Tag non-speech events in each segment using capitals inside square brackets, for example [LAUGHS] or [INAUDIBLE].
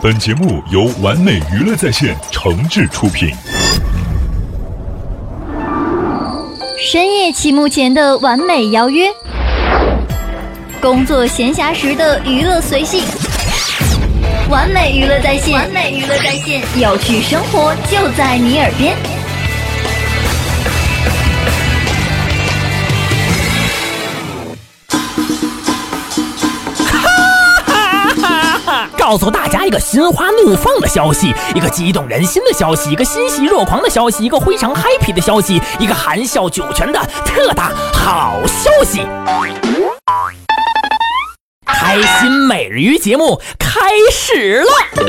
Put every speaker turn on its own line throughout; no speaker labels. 本节目由完美娱乐在线诚挚出品。
深夜起幕前的完美邀约，工作闲暇时的娱乐随性，完美娱乐在线，完美娱乐在线，有趣生活就在你耳边。
告诉大家一个心花怒放的消息，一个激动人心的消息，一个欣喜若狂的消息，一个非常 happy 的消息，一个含笑九泉的特大好消息！开心每日鱼节目开始了。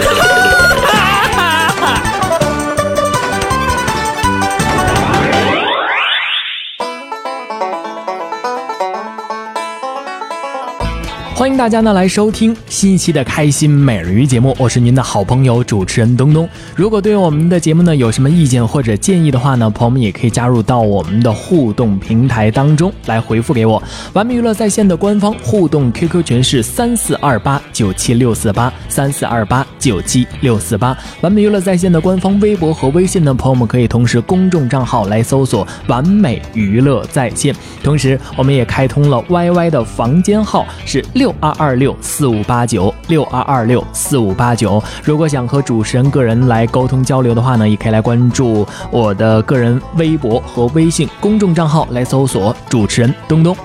欢迎大家呢来收听新一期的《开心美人鱼》节目，我是您的好朋友主持人东东。如果对我们的节目呢有什么意见或者建议的话呢，朋友们也可以加入到我们的互动平台当中来回复给我。完美娱乐在线的官方互动 QQ 群是三四二八九七六四八三四二八九七六四八。完美娱乐在线的官方微博和微信呢，朋友们可以同时公众账号来搜索“完美娱乐在线”，同时我们也开通了 YY 的房间号是六。六二二六四五八九六二二六四五八九。如果想和主持人个人来沟通交流的话呢，也可以来关注我的个人微博和微信公众账号，来搜索主持人东东。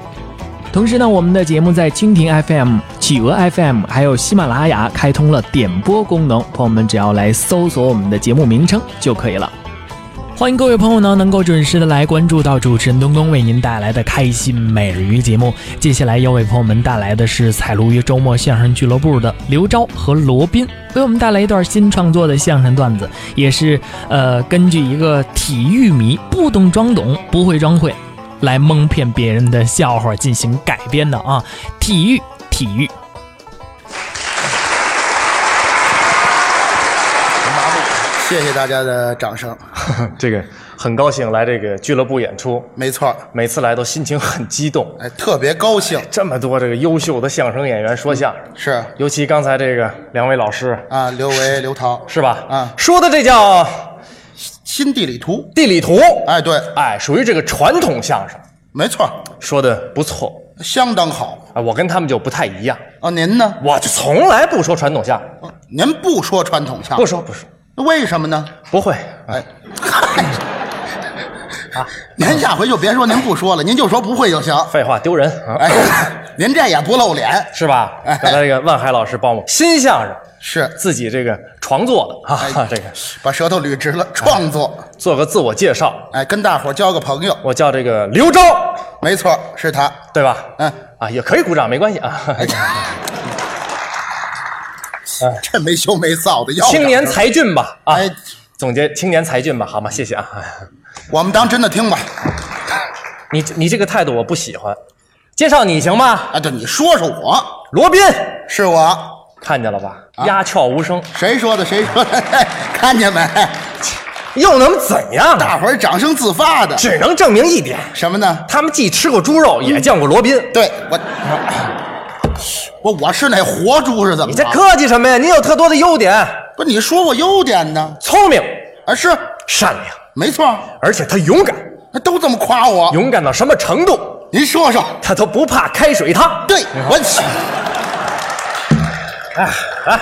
同时呢，我们的节目在蜻蜓 FM、企鹅 FM 还有喜马拉雅开通了点播功能，朋友们只要来搜索我们的节目名称就可以了。欢迎各位朋友呢，能够准时的来关注到主持人东东为您带来的开心每日鱼节目。接下来要为朋友们带来的是采录于周末相声俱乐部的刘钊和罗宾，为我们带来一段新创作的相声段子，也是呃根据一个体育迷不懂装懂，不会装会，来蒙骗别人的笑话进行改编的啊。体育，体育。
谢谢大家的掌声，
这个很高兴来这个俱乐部演出，
没错，
每次来都心情很激动。 [LAUGHS]
哎，特别高兴，
这么多这个优秀的相声演员说相声，
是
尤其刚才这个两位老师
啊，刘维、刘涛
是吧？
啊
说的这叫
新地理图，
地理图，
哎，对，
哎，属于这个传统相声，
没错，
说的不错。
相当好
啊，我跟他们就不太一样，
啊。您呢？哦
我就从来不说传统相声，
您不说传统相
不
声，
说不说，
为什么呢？
不会。啊
哎， [LAUGHS] 啊您下回就别说您不说了，您就说不会就行。
废话丢人啊，
哎， [COUGHS] 您这也不露脸，
是吧？
哎
刚才这个万海老师帮我新相声
是
自己这个创作的啊，
哎
[LAUGHS] 这个
把舌头捋直了，创作。
做个自我介绍，
哎，跟大伙儿交个朋友，
我叫这个刘钊，
没错，是他。
对吧？
嗯，哎
啊，也可以鼓掌，没关系啊。
[LAUGHS] 这没羞没臊的，要
哎青年
掌声
才俊吧，啊，
哎
总结青年才俊吧，好吗？谢谢啊。
我们当真的听吧。
你你这个态度我不喜欢，介绍你行吗？
啊，对，你说说我
罗宾，
是我，
看见了吧？
啊
鸦雀无声，
谁说的？谁说的？ [LAUGHS] 嘿看见没？
又能怎样啊？
大伙儿掌声自发的，
只能证明一点，
什么呢？
他们既吃过猪
嗯
肉，也见过罗宾。
对我，我我是那活猪是怎么着？
你这客气什么呀？你有特多的优点，
不是你说我优点呢？
聪明、
啊，是
善良，
没错，
而且他勇敢，
都这么夸我。
勇敢到什么程度？
您说说，
他都不怕开水烫。
对我，哎啊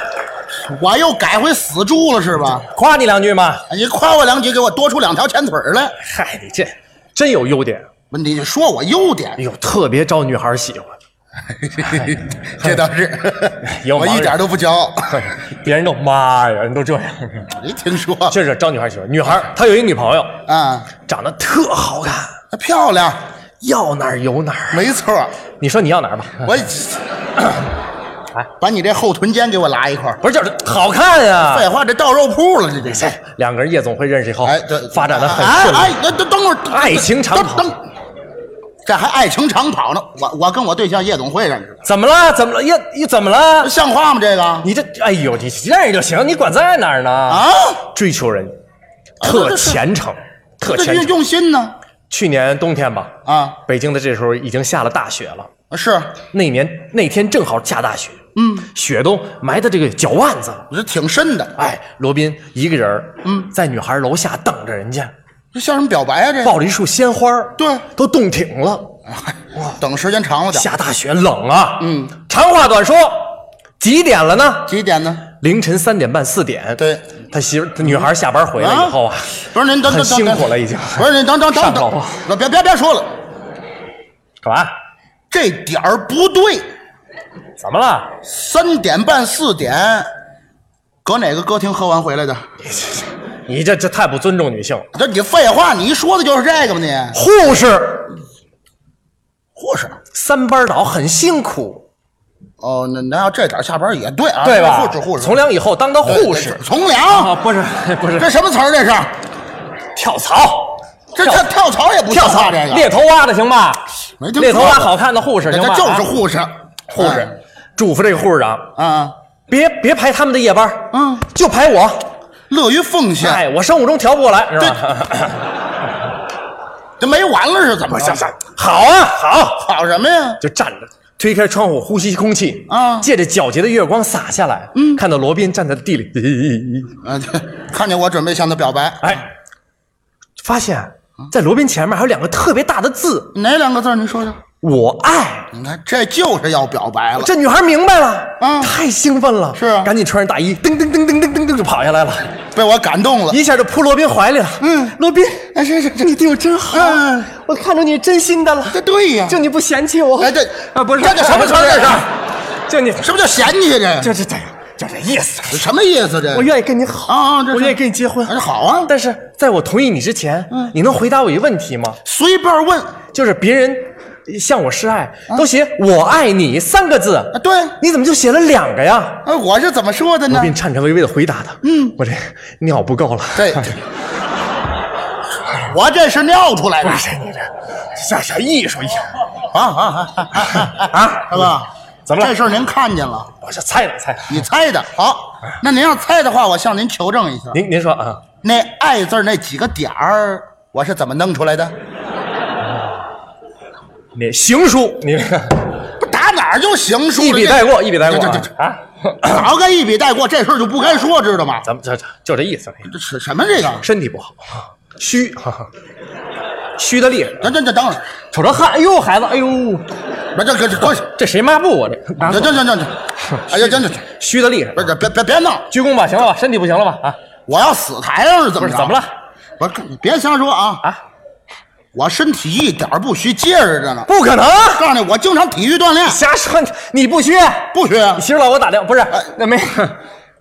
我又改回死猪了是吧？
夸你两句嘛。
你夸我两句，给我多出两条前腿儿来。
嗨，你这真有优点，
不是你就说我优点
哎，呦，特别招女孩喜欢，
[LAUGHS] 这倒是，[LAUGHS]
有
我
毛
一
病
点都不骄傲。
哎别人都妈呀，人都这样，
没听说
[LAUGHS] 确实招女孩喜欢。女孩她有一女朋友，
啊，
长得特好看，
漂亮，
要哪儿有哪儿。
没错儿。
你说你要哪儿吧？
我把你这后臀尖给我拉一块儿。
不是，就是好看哎呀、
废话，这到肉铺了，这这。
两个人夜总会认识以后，
哎，对，
哦发展的很
哎
顺利。
哎，哎等等会儿，
爱情长跑
等等，这还爱情长跑呢。我我跟我对象夜总会认识的，
怎么了？怎么了？呀，你怎么了？
像话吗？这个
你这，哎呦，你认识就行，你管在哪儿呢？
啊，
追求人
啊
特
这这
虔诚，特
这
虔
用
诚。
用心呢
去年冬天吧，
啊，
北京的这时候已经下了大雪了。
是
那年那天正好下大雪，嗯，雪冬埋的这个脚腕子，
我这挺深的，
哎，罗宾一个人，嗯，在女孩楼下等着人家，
这像什么表白啊？这
抱着一束鲜花，
对，
都冻挺了。
等时间长了点，
下大雪冷啊，
嗯，
长话短说，几点了呢？
几点呢？
凌晨三点半四点。
对，
他媳妇他女孩下班回来以后啊，
不是您等
很
等
辛
等
苦了已
等，
经。
不是您等等等
上头啊
等，别别别说了，
干嘛？
这点儿不对，
怎么了？
三点半四点，搁哪个歌厅喝完回来的？
你这这太不尊重女性了。
这你废话，你一说的就是这个吗？你
护士
护士
三班倒很辛苦，
哦，那那要这点儿下班也对啊，
对吧？
护士护士，
从良以后当当
对
护士
对从良，
啊，不是不是
这什么词儿？这是
跳槽，
这
跳
跳跳槽也不
跳
像
槽
话，这个
猎头挖的行吧？
没听说过
猎头挖好看的护士
这
行吧？
这就是
啊
护士
护士，嘱咐这个护士长，
嗯啊，
别别排他们的夜班，
嗯，
就排我。
乐于奉献，
哎，我生物钟调不过来，是吧？
这没完了是怎么着？
好啊，好，
跑什么呀？
就站着。推开窗户，呼吸空气
啊
借着皎洁的月光洒下来，嗯，看到罗宾站在地里，
啊，对看见我准备向他表白，
哎，发现，
嗯
在罗宾前面还有两个特别大的字
哪两个字儿？你说说。
“我爱
你看，这就是要表白”。了。
这女孩明白了，
嗯
太兴奋了，
是啊
赶紧穿上大衣，噔噔噔噔噔噔噔就跑下来了，
被我感动了。
一下就扑罗宾怀里了。嗯，罗宾，
哎，是是是，
你对我真好，
嗯
我看着你真心的了，
这对呀，
就你不嫌弃我。
哎这
啊，不是，
这叫什么词儿这是
是，就你，
什么叫嫌弃这？
就这这，就这意思。
这什么意思这？
我愿意跟你好
啊啊这是
我愿意跟你结婚
哎。好嗯啊，
但是在我同意你之前，你能回答我一个问题吗？
随便问啊，
就是别人向我示爱，都写“我爱你”三个字，
嗯啊对，
你怎么就写了两个呀？
哎，我是怎么说的
罗
呢？
宾颤颤巍巍的回答他：“嗯，我这尿不够了。” [LAUGHS]
对，我这是尿出来的
这你这像啥艺术一样
啊啊啊啊！
啊？
大哥，
怎么了
这事儿您看见了？
我这猜了猜了，
你猜的好，那您要猜的话，我向您求证一下，
您您说啊，
那“爱”字儿那几个点儿，我是怎么弄出来的？
你行书，你
不打哪儿就行书了，
[LAUGHS] 一笔
这
带过，一笔带过
这这
啊
这这
啊！
早该一笔带过，这事儿就不该说，知道吗？
咱们这这就这意思，
这是什么这个？
身体不好，啊虚，哈哈虚的厉害，
这这这等会儿，
瞅着汗，哎呦孩子，哎呦，
不这这这这
这谁抹布啊？这拿
这
走
这这这这，哎呀，这这这，
虚的厉害
不，是这别别别闹！
鞠躬吧，行了吧？身体不行了吧？啊，
我要死台上是怎
不
么
是
着？
怎么？了？
不是，你别瞎说啊！
啊，
我身体一点儿不虚，结实着呢。
不可能！
告诉你，我经常体育锻炼，
瞎说，你不虚，
不虚，
你媳妇老给我打电话，不是，
哎
那没，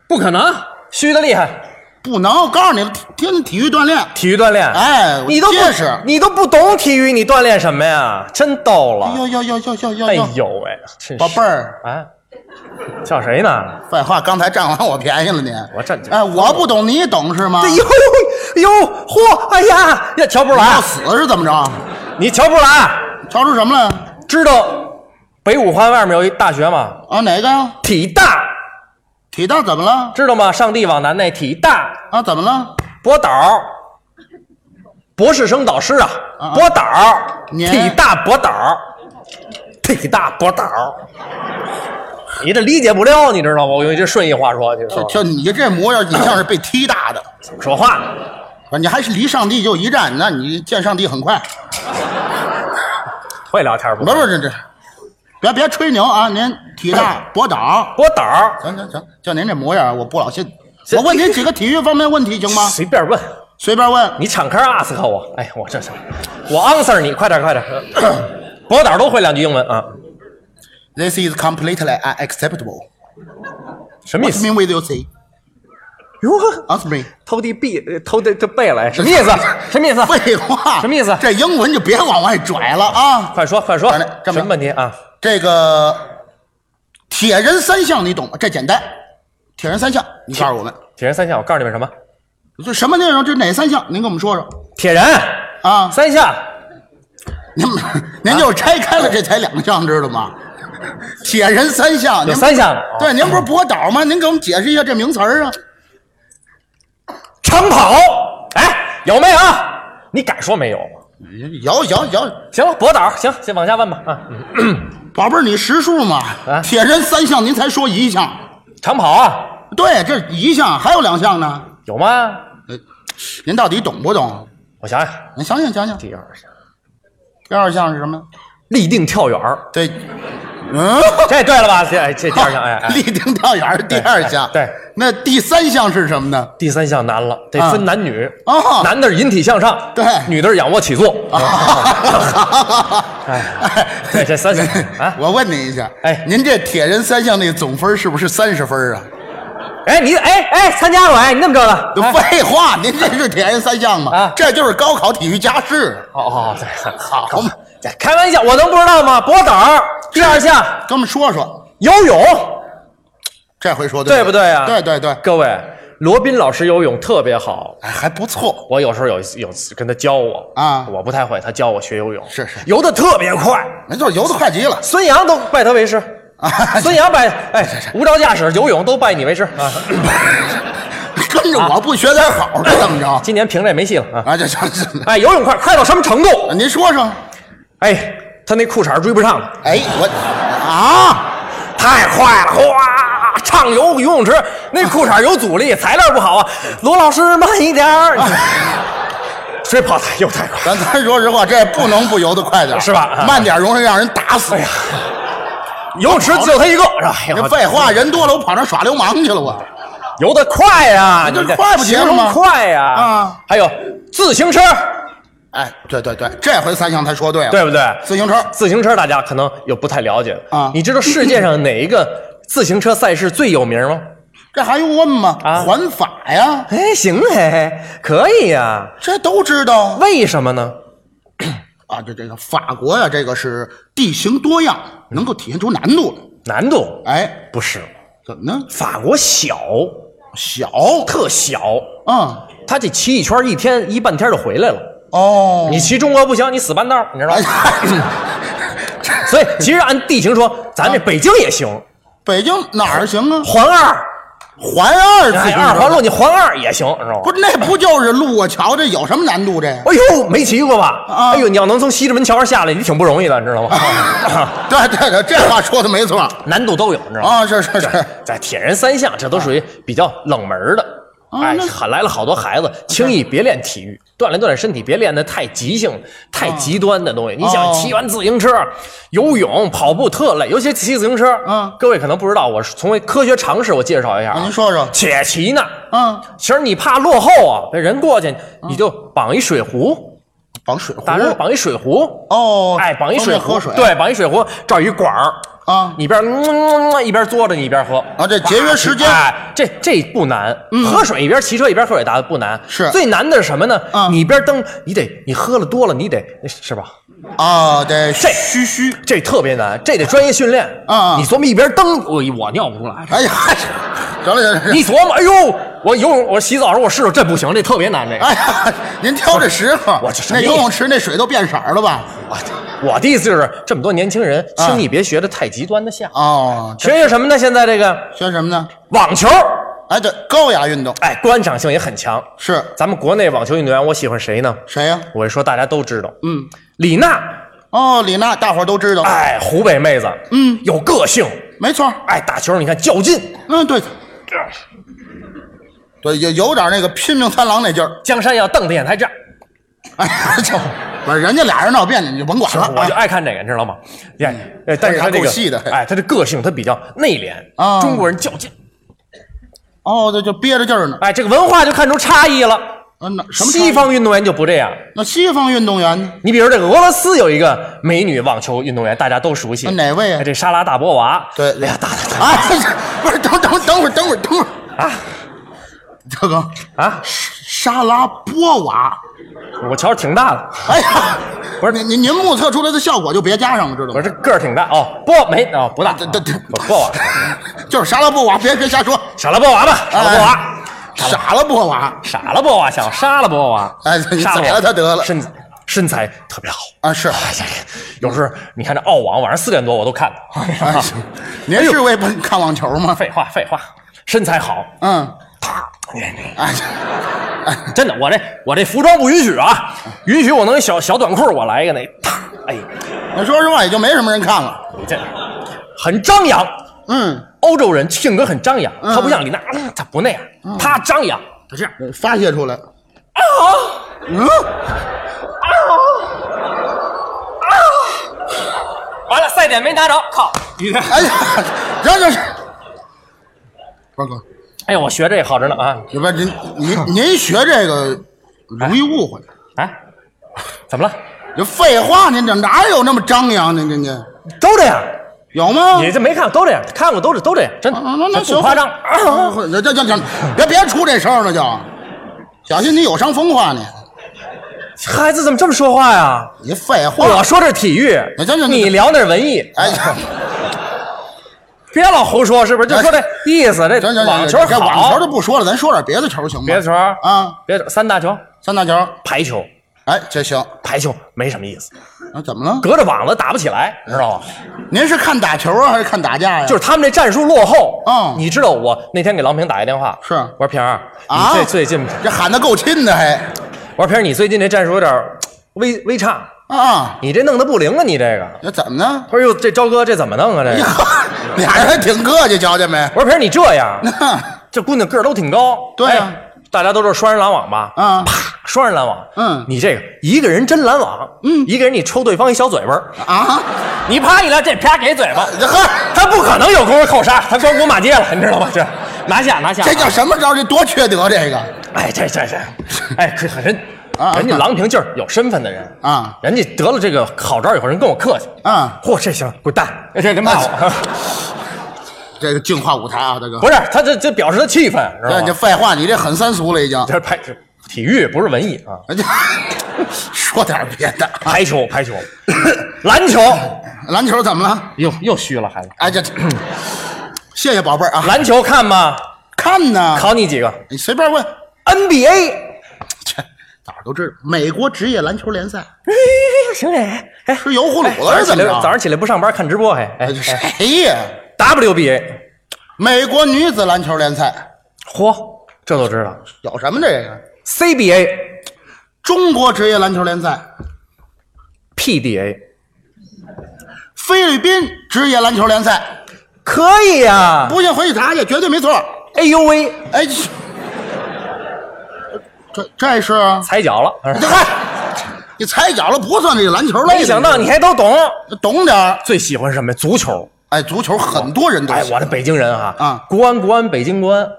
不可能，虚的厉害。
不能。告诉你，天天体育锻炼，
体育锻炼，
哎我
你都不
结实
你都不懂体育，你锻炼什么呀？真逗了，
呦呦呦呦呦呦
哎
呦！
呦喂，真是
宝贝儿，啊
啊，叫谁呢？
废话，刚才占完我便宜了你。
我占尽
哎，我不懂，你懂是吗？
哎呦呦，嚯，哎呀，呀，瞧不出
你
来
要，死是怎么着？
你瞧不出来，
瞧出什么来？
知道北五环外面有一大学吗？
啊，哪个呀？
体大，
体大怎么了？
知道吗？上帝往南那体大，
啊，怎么了？
博导儿，博士生导师啊，
啊
博导儿，
您
体大博导儿，体大博导儿，你这理解不了，你知道吗？我用这顺义话说，你知道
就
吗
就你这模样，你像是被踢大的。
说话呢，
不是，你还是离上帝就一站，那你见上帝很快。
会聊天不
不？是不是这这，别别吹牛啊！您体
[LAUGHS]
大博导，
博导儿，
行行行，就您这模样，我不老信。我问您几个体育方面问题行吗？
随便问，
随便问。
你敞开 ask 我，哎，我这是，我 answer 你，快点快点， [CLEARS THROAT] 博导儿都会两句英文啊，
This is completely unacceptable.
什么意
What's
思？
mean with you say?
哟呵，
Ask me.
偷地背，呃偷地这背来，什么意思？什么意思？
废话，
什么意思
这英文就别往外拽了啊！
快说快说
完了，这
什
么
么问题啊？
这个铁人三项你懂吗？这简单。铁人三项，你告诉我们，
铁人三项，我告诉你们什么？
这什么内容？这哪三项？您跟我们说说。
铁人
啊
三项，
您
[LAUGHS]
您
啊
就拆开了，这才两项，知道吗？铁人三项，
有
您
三哦项，
对，您不是博导吗？您给我们解释一下这名词儿啊？
长跑，哎，有没有？你敢说没有吗？
有有有，
行了，博导，行，先往下问吧啊。嗯
宝贝儿，你识数吗？
啊
铁人三项，您才说一项，
长跑啊，
对，这一项还有两项呢。
有吗？
呃，您到底懂不懂？
我想想，
您想想想想，
第二项，
第二项是什么？
立定跳远儿
[LAUGHS] 对，嗯，
这对了吧？这哎这第二项，哎哎
[LAUGHS] 立，定跳远儿第二项。
哎对，
那第三项是什么呢？ [LAUGHS]
第三项难了，得分男女。
嗯哦
男的是引体向上，
[LAUGHS] 对啊
女的是仰卧起坐。
哎
对这三项啊
我问您一下，
哎
您这铁人三项那总分是不是三十分啊？
[LAUGHS] 哎，你哎哎，参加过哎，你怎么知道
[LAUGHS]
的？哎
废话，您这是铁人三项吗
啊？
这就是高考体育啊加试，
好好好，对好
好嘛，
开玩笑，我能不知道吗？博导，第二项
跟我们说说，
游泳，
这回说
对
不
不对啊？
对对对，
各位，罗宾老师游泳特别好。
哎，还不错。
我有时候有有次跟他教我
啊
我不太会，他教我学游泳，
是是
游的特别快，
那就是游的快极了， [LAUGHS]
孙杨都拜他为师，
啊
孙杨拜哎无照驾驶游泳都拜你为师啊。
跟着我不学点好的怎么着？
今年评这没戏了啊！
啊，这这这，
哎，游泳快快到什么程度？
您说说，
哎，他那裤衩追不上了，
哎，我啊，
太快了，哗！畅游游泳池那裤衩有阻力，材料
[LAUGHS]
不好啊。罗老师慢一点儿，水跑太又太快了。
咱咱说实话，这不能不游的快点儿，
是吧哎啊
慢点儿容易让人打死。
游泳池只有他一个，是吧？哎呦
这废话，人多了，我跑那耍流氓去了，我
游得快呀、啊，
那就
你这
快不行
形容
吗
快呀、
啊
还有自行车，
哎，对对对，这回三项他说对了，
对不对？
自行车
自行车大家可能有不太了解的
啊
你知道世界上哪一个自行车赛事最有名吗？
这还用问吗？
啊
环法呀，
哎，行哎，可以呀、
这都知道
为什么呢？
啊。这这个法国呀，这个是地形多样，能够体现出难度来。
难度
哎，
不是，
怎么呢？
法国小，
小
特小，
啊，
他这骑一圈一天一半天就回来了。
哦，
你骑中国不行，你死半道，你知道
哎
吗？
呀，哎
所以其实按地形说，咱这北京也行，
[LAUGHS] 北京哪儿行啊？
环二，
环二自行
哎，
车
二环路你环二也行，知道吗？
不是那不就是路过桥？这有什么难度？这 [LAUGHS]
哎呦，没骑过吧？
啊
哎呦，你要能从西直门桥上下来，你挺不容易的，你知道吗？
对对对，这话说的没错
[LAUGHS] 难度都有，你知道吗？
啊，是是是，
在铁人三项，这都属于比较冷门的。
啊
哎
那，
喊来了好多孩子，轻易别练体育，锻炼锻炼身体，别练的太急性、太极端的东西。你想
哦
骑完自行车、游泳、跑步特累，尤其骑自行车。
嗯
各位可能不知道，我是从科学常识我介绍一下
啊，
啊
您说说，
且骑呢，
嗯，
其实你怕落后啊，那人过去你就绑一水壶，
绑水啊壶
打人绑一水壶，
哦，
哎，绑一
方
水
便
壶，
喝水，
对，绑一水壶，罩一管儿，
啊，
一边儿嗯嗯嗯一边嘬着你一边喝啊
哦这节约时间嗯
哎，这这不难，喝水一边骑车一边喝水打的不难，
是
最难的是什么呢？
嗯
你一边蹬，你得你喝了多了，你得是吧？
啊，得
这
嘘嘘，
这特别难，这得专业训练
啊啊
你琢磨一边蹬，我我尿不出来。
哎呀， [LAUGHS] 行了行了行了，
你琢磨，哎呦，我游泳，我洗澡的时候我试试，这不行，这特别难，这个。
哎呀，您挑这时候，
[LAUGHS] 我这什么
那
意
游泳池那水都变色儿了吧？
我的意思就是，这么多年轻人，
嗯
轻易别学的太极端的项。
哦，
学学什么呢？现在这个
学什么呢？
网球，
哎，对，高雅运动
哎，观赏性也很强。
是
咱们国内网球运动员，我喜欢谁呢？
谁呀、
我一说大家都知道，
嗯，
李娜，
哦，李娜，大伙儿都知道，
哎，湖北妹子，嗯，有个性，
没错儿，
哎，打球你看较劲，
嗯，对，对，有有点那个拼命三郎那劲儿。
江山要瞪着眼台这样，
哎呀， [LAUGHS] 就不是人家俩人闹别扭，你就甭管了。
我就
啊
爱看这个，你知道吗？哎，哎但是他这
还
个
够细的，
哎，他这个性他比较内敛
啊
中国人较劲，
哦，这就憋着劲儿呢。
哎，这个文化就看出差异了。
嗯，那什么
西方运动员就不这样，
那西方运动员呢？
你比如这个俄罗斯有一个美女网球运动员，大家都熟悉，
哪位啊
哎这莎拉大波娃，
对
哎呀，打打打
哎，不是，等等等会儿，等会儿，等会儿
啊！
大哥，
啊！
莎拉波娃，
我瞧着挺大的，
哎呀，
不是
您您您目测出来的效果就别加上了，知道
我
吗？
这个儿挺大哦，波没哦不大，
对对对
我波娃，
[LAUGHS] 就是莎拉波娃，别别瞎
[LAUGHS]
说，
傻了波娃吧，傻了波娃，
傻了波娃
傻啊了波娃，想杀了波娃，
哎你
杀
宰了他得了
身身材特别好。
啊
[LAUGHS]
是，
哎呀，有时候你看这澳网，晚上四点多我都看
哎
了。
是您是为本看网球吗？
废话废话，身材好，
嗯，
啪，
哎， [LAUGHS]
真的，我这我这服装不允许啊，允许我弄一小小短裤，我来一个那，啪，哎，
我说实话，也就没什么人看了。
你这很张扬。
嗯，
欧洲人性格很张扬，
嗯
他不像李娜，嗯他不那样，他张扬。
他这样发泄出来。啊！嗯，
完了，赛点没拿着，靠！
哎呀， [LAUGHS] 这这是，关哥，
哎呦，我学这也好着呢啊！
要不然您您您学这个容易误会。
哎，怎么了？
这废话，您这哪有那么张扬呢？您这
都这样，
有吗？
你这没看都这样，看过都是都这样，真的，
啊那那
这
行，
不夸张。
啊这这这这，别别出这声儿了，就小心你有伤风化你。
孩子怎么这么说话呀？
你废话，
我说这是体育
哎行行，行
你聊那是文艺，
哎呀，
别老胡说，是不是？就说这
哎
意思，这
行行行，
网球
这网
好
球就，不说了，咱说点别的球行吗？
别的球
啊，
别的三大球，
三大球，
排球，
哎，这行。
排球没什么意思，
那怎么了？
隔着网子打不起来，
嗯
知道吗？
您是看打球啊，还是看打架呀？
就是他们这战术落后。
嗯
你知道我那天给郎平打一电话，
是
我说平儿，
啊
你这最近，
这喊的够亲的还
我说平儿，你最近这战术有点儿微微差，
啊？
你这弄得不灵啊，你这个。
那怎么呢？
他说哟，这朝哥这怎么弄啊？
哎
这个。
俩人还挺客气，瞧见没？ [LAUGHS]
我说平儿，你这样，
那
这姑娘个儿都挺高，
对啊
哎大家都知道双人拦网吧？
啊
啪，双人拦网。
嗯
你这个一个人真拦网，嗯，一个人你抽对方一小嘴巴儿，
啊，
你啪一来，这啪给嘴巴，
这呵，
他不可能有功夫扣杀，他光顾骂街了，你知道吗？这拿下拿下，
这叫什么招？这多缺德！这个
哎，这这这，哎，可很人
啊，
人家郎平就是有身份的人
啊
人家得了这个好招以后，人跟我客气
啊
嚯，这行，滚蛋！哎啊这人骂我，
这个净化舞台啊，大哥，
[LAUGHS] 不是啊他这这表示他气愤，
这
知道
你这
吗？
废话，你这很三俗了已经。
[LAUGHS] 这是排这体育不是文艺啊，
这说点别的，
排球排 [LAUGHS] 球，篮球
篮球怎么了？
[COUGHS] 又又虚了，孩子，
哎，这谢谢宝贝儿啊，
篮球看吗？
看呢，
考你几个
你随便问，
[LAUGHS] NBA？
哪儿都知道。美国职业篮球联赛
哎，行哎哎，
吃油葫芦
早
了
上
是
起
怎么
来
着？
早上起来不上班看直播还啊哎
哎这
哎
谁呀？
WBA，
美国女子篮球联赛
[LAUGHS] 嚯，这都知道
有什么这个？
CBA。
中国职业篮球联赛、
PDA
菲律宾职业篮球联赛，
可以呀、
不信回去查去，绝对没错。
哎呦喂，
哎，这这这是
踩脚 [LAUGHS] 了。
这嗨，你踩脚了不算这个篮球类的。
没想到你还都懂。
懂点儿。
最喜欢什么呀？足球。
哎，足球很多人都
哎，
喜
我
欢
这北京人啊，
啊
国安国安北京国安。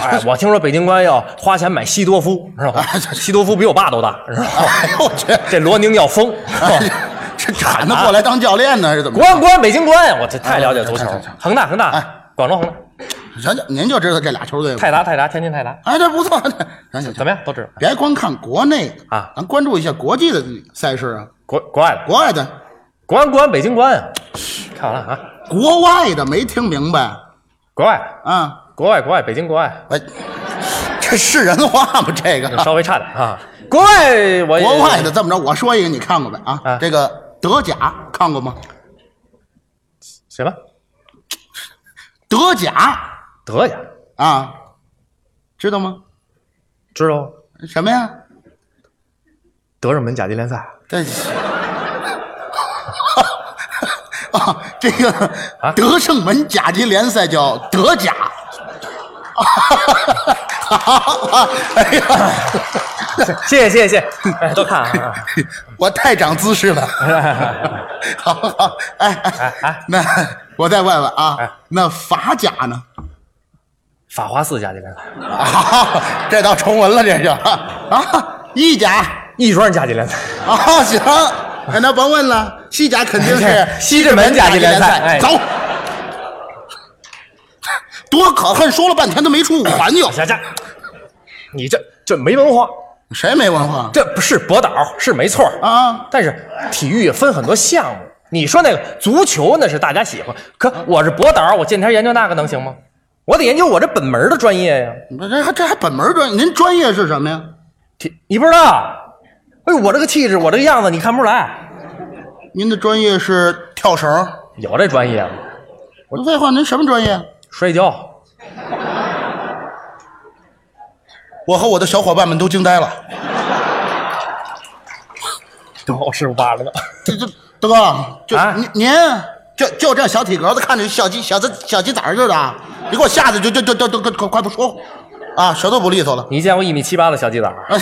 哎，我听说北京国安要花钱买西多夫，知道吗？西多夫比我爸都大，知道吗？
哎呦我去！
[LAUGHS] 这哦罗宁要疯。
[LAUGHS] 哎这喊他过来当教练呢，是怎么
国
着？
安国安北京国安，我这太了解足球
哎哎哎哎哎。
恒大恒大
哎，
广州恒大，
想想您就知道这俩球队吧。
泰达泰达，天津泰达，
哎，这不错。 [LAUGHS] 想想
怎么样？都知道。
别光看国内的
啊
咱关注一下国际的赛事啊，
国国外的
国外的、
国安国安北京国安啊，看完了啊，
国外的没听明白
国外
啊？
国外国外北京国外。
哎，这是人话吗？这个
稍微差点啊。国外我也
国外的这么着，我说一个，你看过没啊？
啊
这个德甲看过吗？
什么
德甲
德甲
啊，知道吗？
知道吗
什么呀？
德胜门甲级联赛
这是。啊，这个
啊
德胜门甲级联赛叫德甲。啊，哎呀，
谢谢谢谢谢谢，哎都看啊，
我太长姿势了。好好，哎哎
哎
那我再问问
哎
啊，那法甲呢？ [LAUGHS]
[LAUGHS] 法华寺甲级联赛，
啊，这倒重文了，这是啊，意甲
亦庄甲级联赛，
啊，行，哎那甭问了，西甲肯定是
西直门甲级联赛哎
走。多可恨，说了半天都没出五环就，
下这，你这这没文化，
谁没文化？
这不是博导是没错儿
啊，
但是体育也分很多项目。你说那个足球那是大家喜欢，可我是博导，我见天研究那个能行吗？我得研究我这本门的专业呀。
你们这还这还本门专业，您专业是什么呀？
体你不知道，哎呦，我这个气质，我这个样子，你看不出来。
您的专业是跳绳。
有这专业吗？
废话，您什么专业？
摔跤，
我和我的小伙伴们都惊呆了。
都是挖了的。
这这大哥，就、
啊
您您就就这小体格子，看着小鸡小子小鸡崽儿似的啊，你给我吓得就就就就就快快快不说话啊，舌头不利索了。
[LAUGHS] 你见过一米七八的小鸡崽儿？
啊，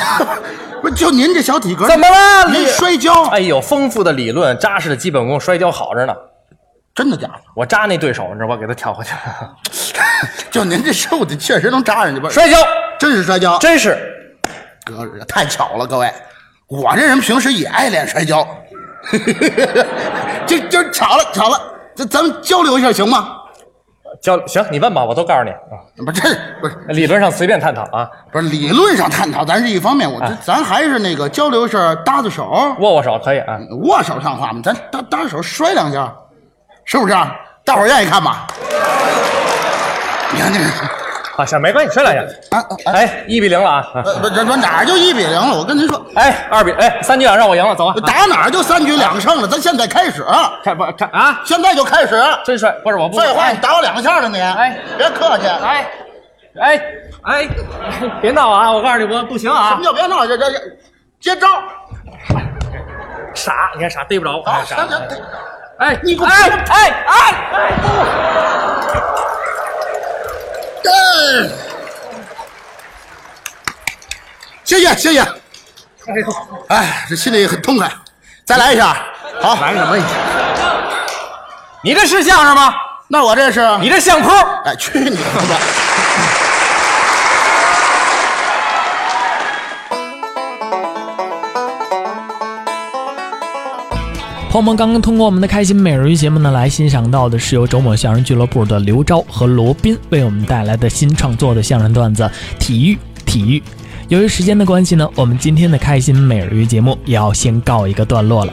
[LAUGHS] 不是就您这小体格，
怎么了？
您
李
摔跤、
哎呦，丰富的理论，扎实的基本功，摔跤好着呢。
真的假的？ [LAUGHS]
我扎那对手，你知道吧，我给他跳过去 [LAUGHS] 了。
就您这瘦的，确实能扎人家，不是？
摔跤
真是摔跤，
真是
哥太巧了，各位，我这人平时也爱练摔跤， [LAUGHS] 这就巧了巧了，咱咱们交流一下行吗？
教行，你问吧，我都告诉你啊。
不是，这不是
理论上随便探讨啊，
不是理论上探讨，咱是一方面，我
哎
这、咱还是那个交流一下搭子手，
握握手可以啊。
握手像话吗？咱搭搭着手摔两下，是不是？啊大伙儿愿意看吧？你看这个，
啊，行，没关系，摔两下。
啊啊，
哎，一比零了啊。
呃不是，这这哪儿就一比零了？我跟您说，
哎，二比哎，三局两胜，我赢了，走啊。
打哪儿就三局两胜了，咱现在开始，
看不看啊？
现在就开始。
真摔，不是我不
废话，你打我两下了你，
哎
别客气。
哎哎哎，别闹啊！我告诉你，我不行
什
啊
么。叫别闹？这这这，接招！
傻，你看傻，逮不着我。
啊，
傻
行行，
哎，你给我哎哎哎哎！
嗯谢谢谢谢。哎，这心里很痛快，再来一下。好，
玩什么？你这是相声吗？
那我这是
你这相扑？
哎，去你的吧！
朋友们刚刚通过我们的开心美人鱼节目呢，来欣赏到的是由周某相声俱乐部的刘钊和罗宾为我们带来的新创作的相声段子《体育体育》。由于时间的关系呢，我们今天的开心美人鱼节目也要先告一个段落了。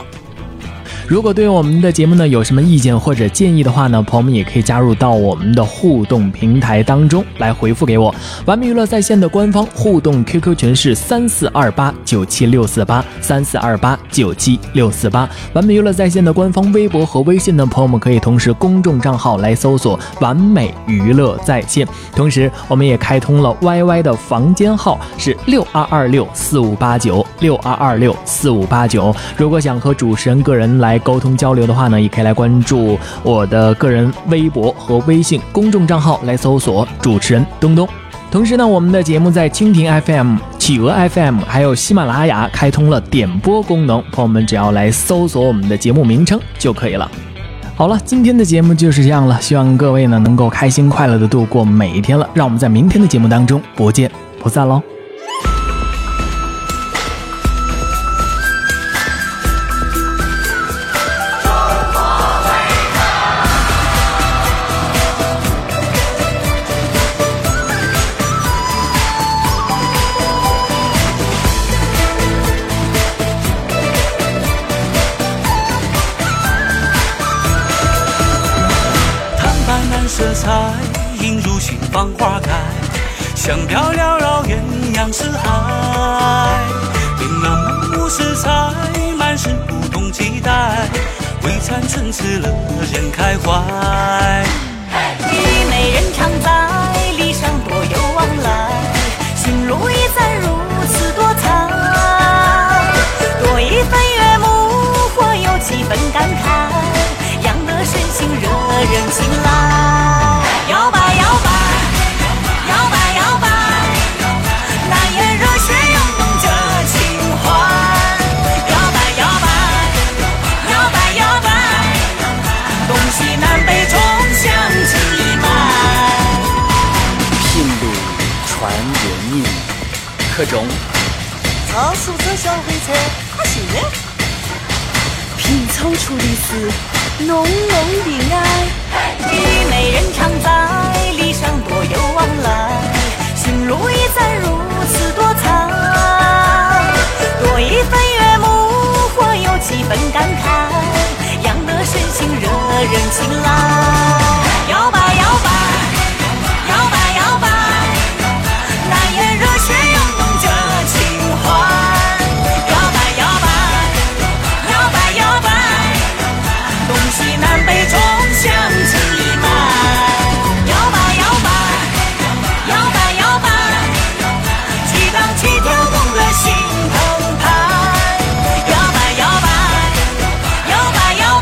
如果对我们的节目呢有什么意见或者建议的话呢，朋友们也可以加入到我们的互动平台当中来回复给我。完美娱乐在线的官方互动 QQ 群是三四二八九七六四八三四二八九七六四八。完美娱乐在线的官方微博和微信呢，朋友们可以同时公众账号来搜索“完美娱乐在线”。同时，我们也开通了 YY 的房间号是六二二六四五八九六二二六四五八九。如果想和主持人个人来沟通交流的话呢，也可以来关注我的个人微博和微信公众账号，来搜索主持人东东。同时呢，我们的节目在蜻蜓 FM、企鹅 FM 还有喜马拉雅开通了点播功能，朋友们只要来搜索我们的节目名称就可以了。好了，今天的节目就是这样了，希望各位呢能够开心快乐的度过每一天了。让我们在明天的节目当中不见不散喽。
坦白难色彩，映入心房花开，香飘缭绕远洋四海。琳琅满目色彩，满是不同期待，微餐春赐乐人开怀。
与美人常在，礼尚多有往来，心路一载如此多彩。多一份悦目，或有几分感慨，养得身心惹人青睐。摇摆摇摆，摇摆摇摆，那眼热血涌动着情怀。摇摆摇摆，摇摆摇摆。东西南北冲向气脉。
聘礼传人命，各种
曹素泽小回车，他是嘞。品尝出的是浓浓的爱。与美人常在，礼尚多有往来，心路一载如此多彩。多一份悦目，或有几分感慨，养得身心惹人青睐。摇摆摇摆，摇摆摇摆。那眼热血涌动着情怀，摇摆摇摆，摇摆摇摆，东西南北冲向气脉，摇摆摇摆，摇摆摇摆，激荡起跳动的心澎湃，摇摆摇摆，摇摆摇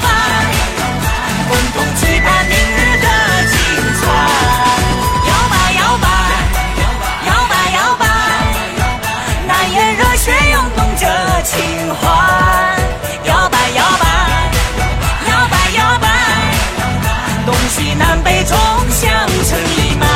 南北冲向城里马。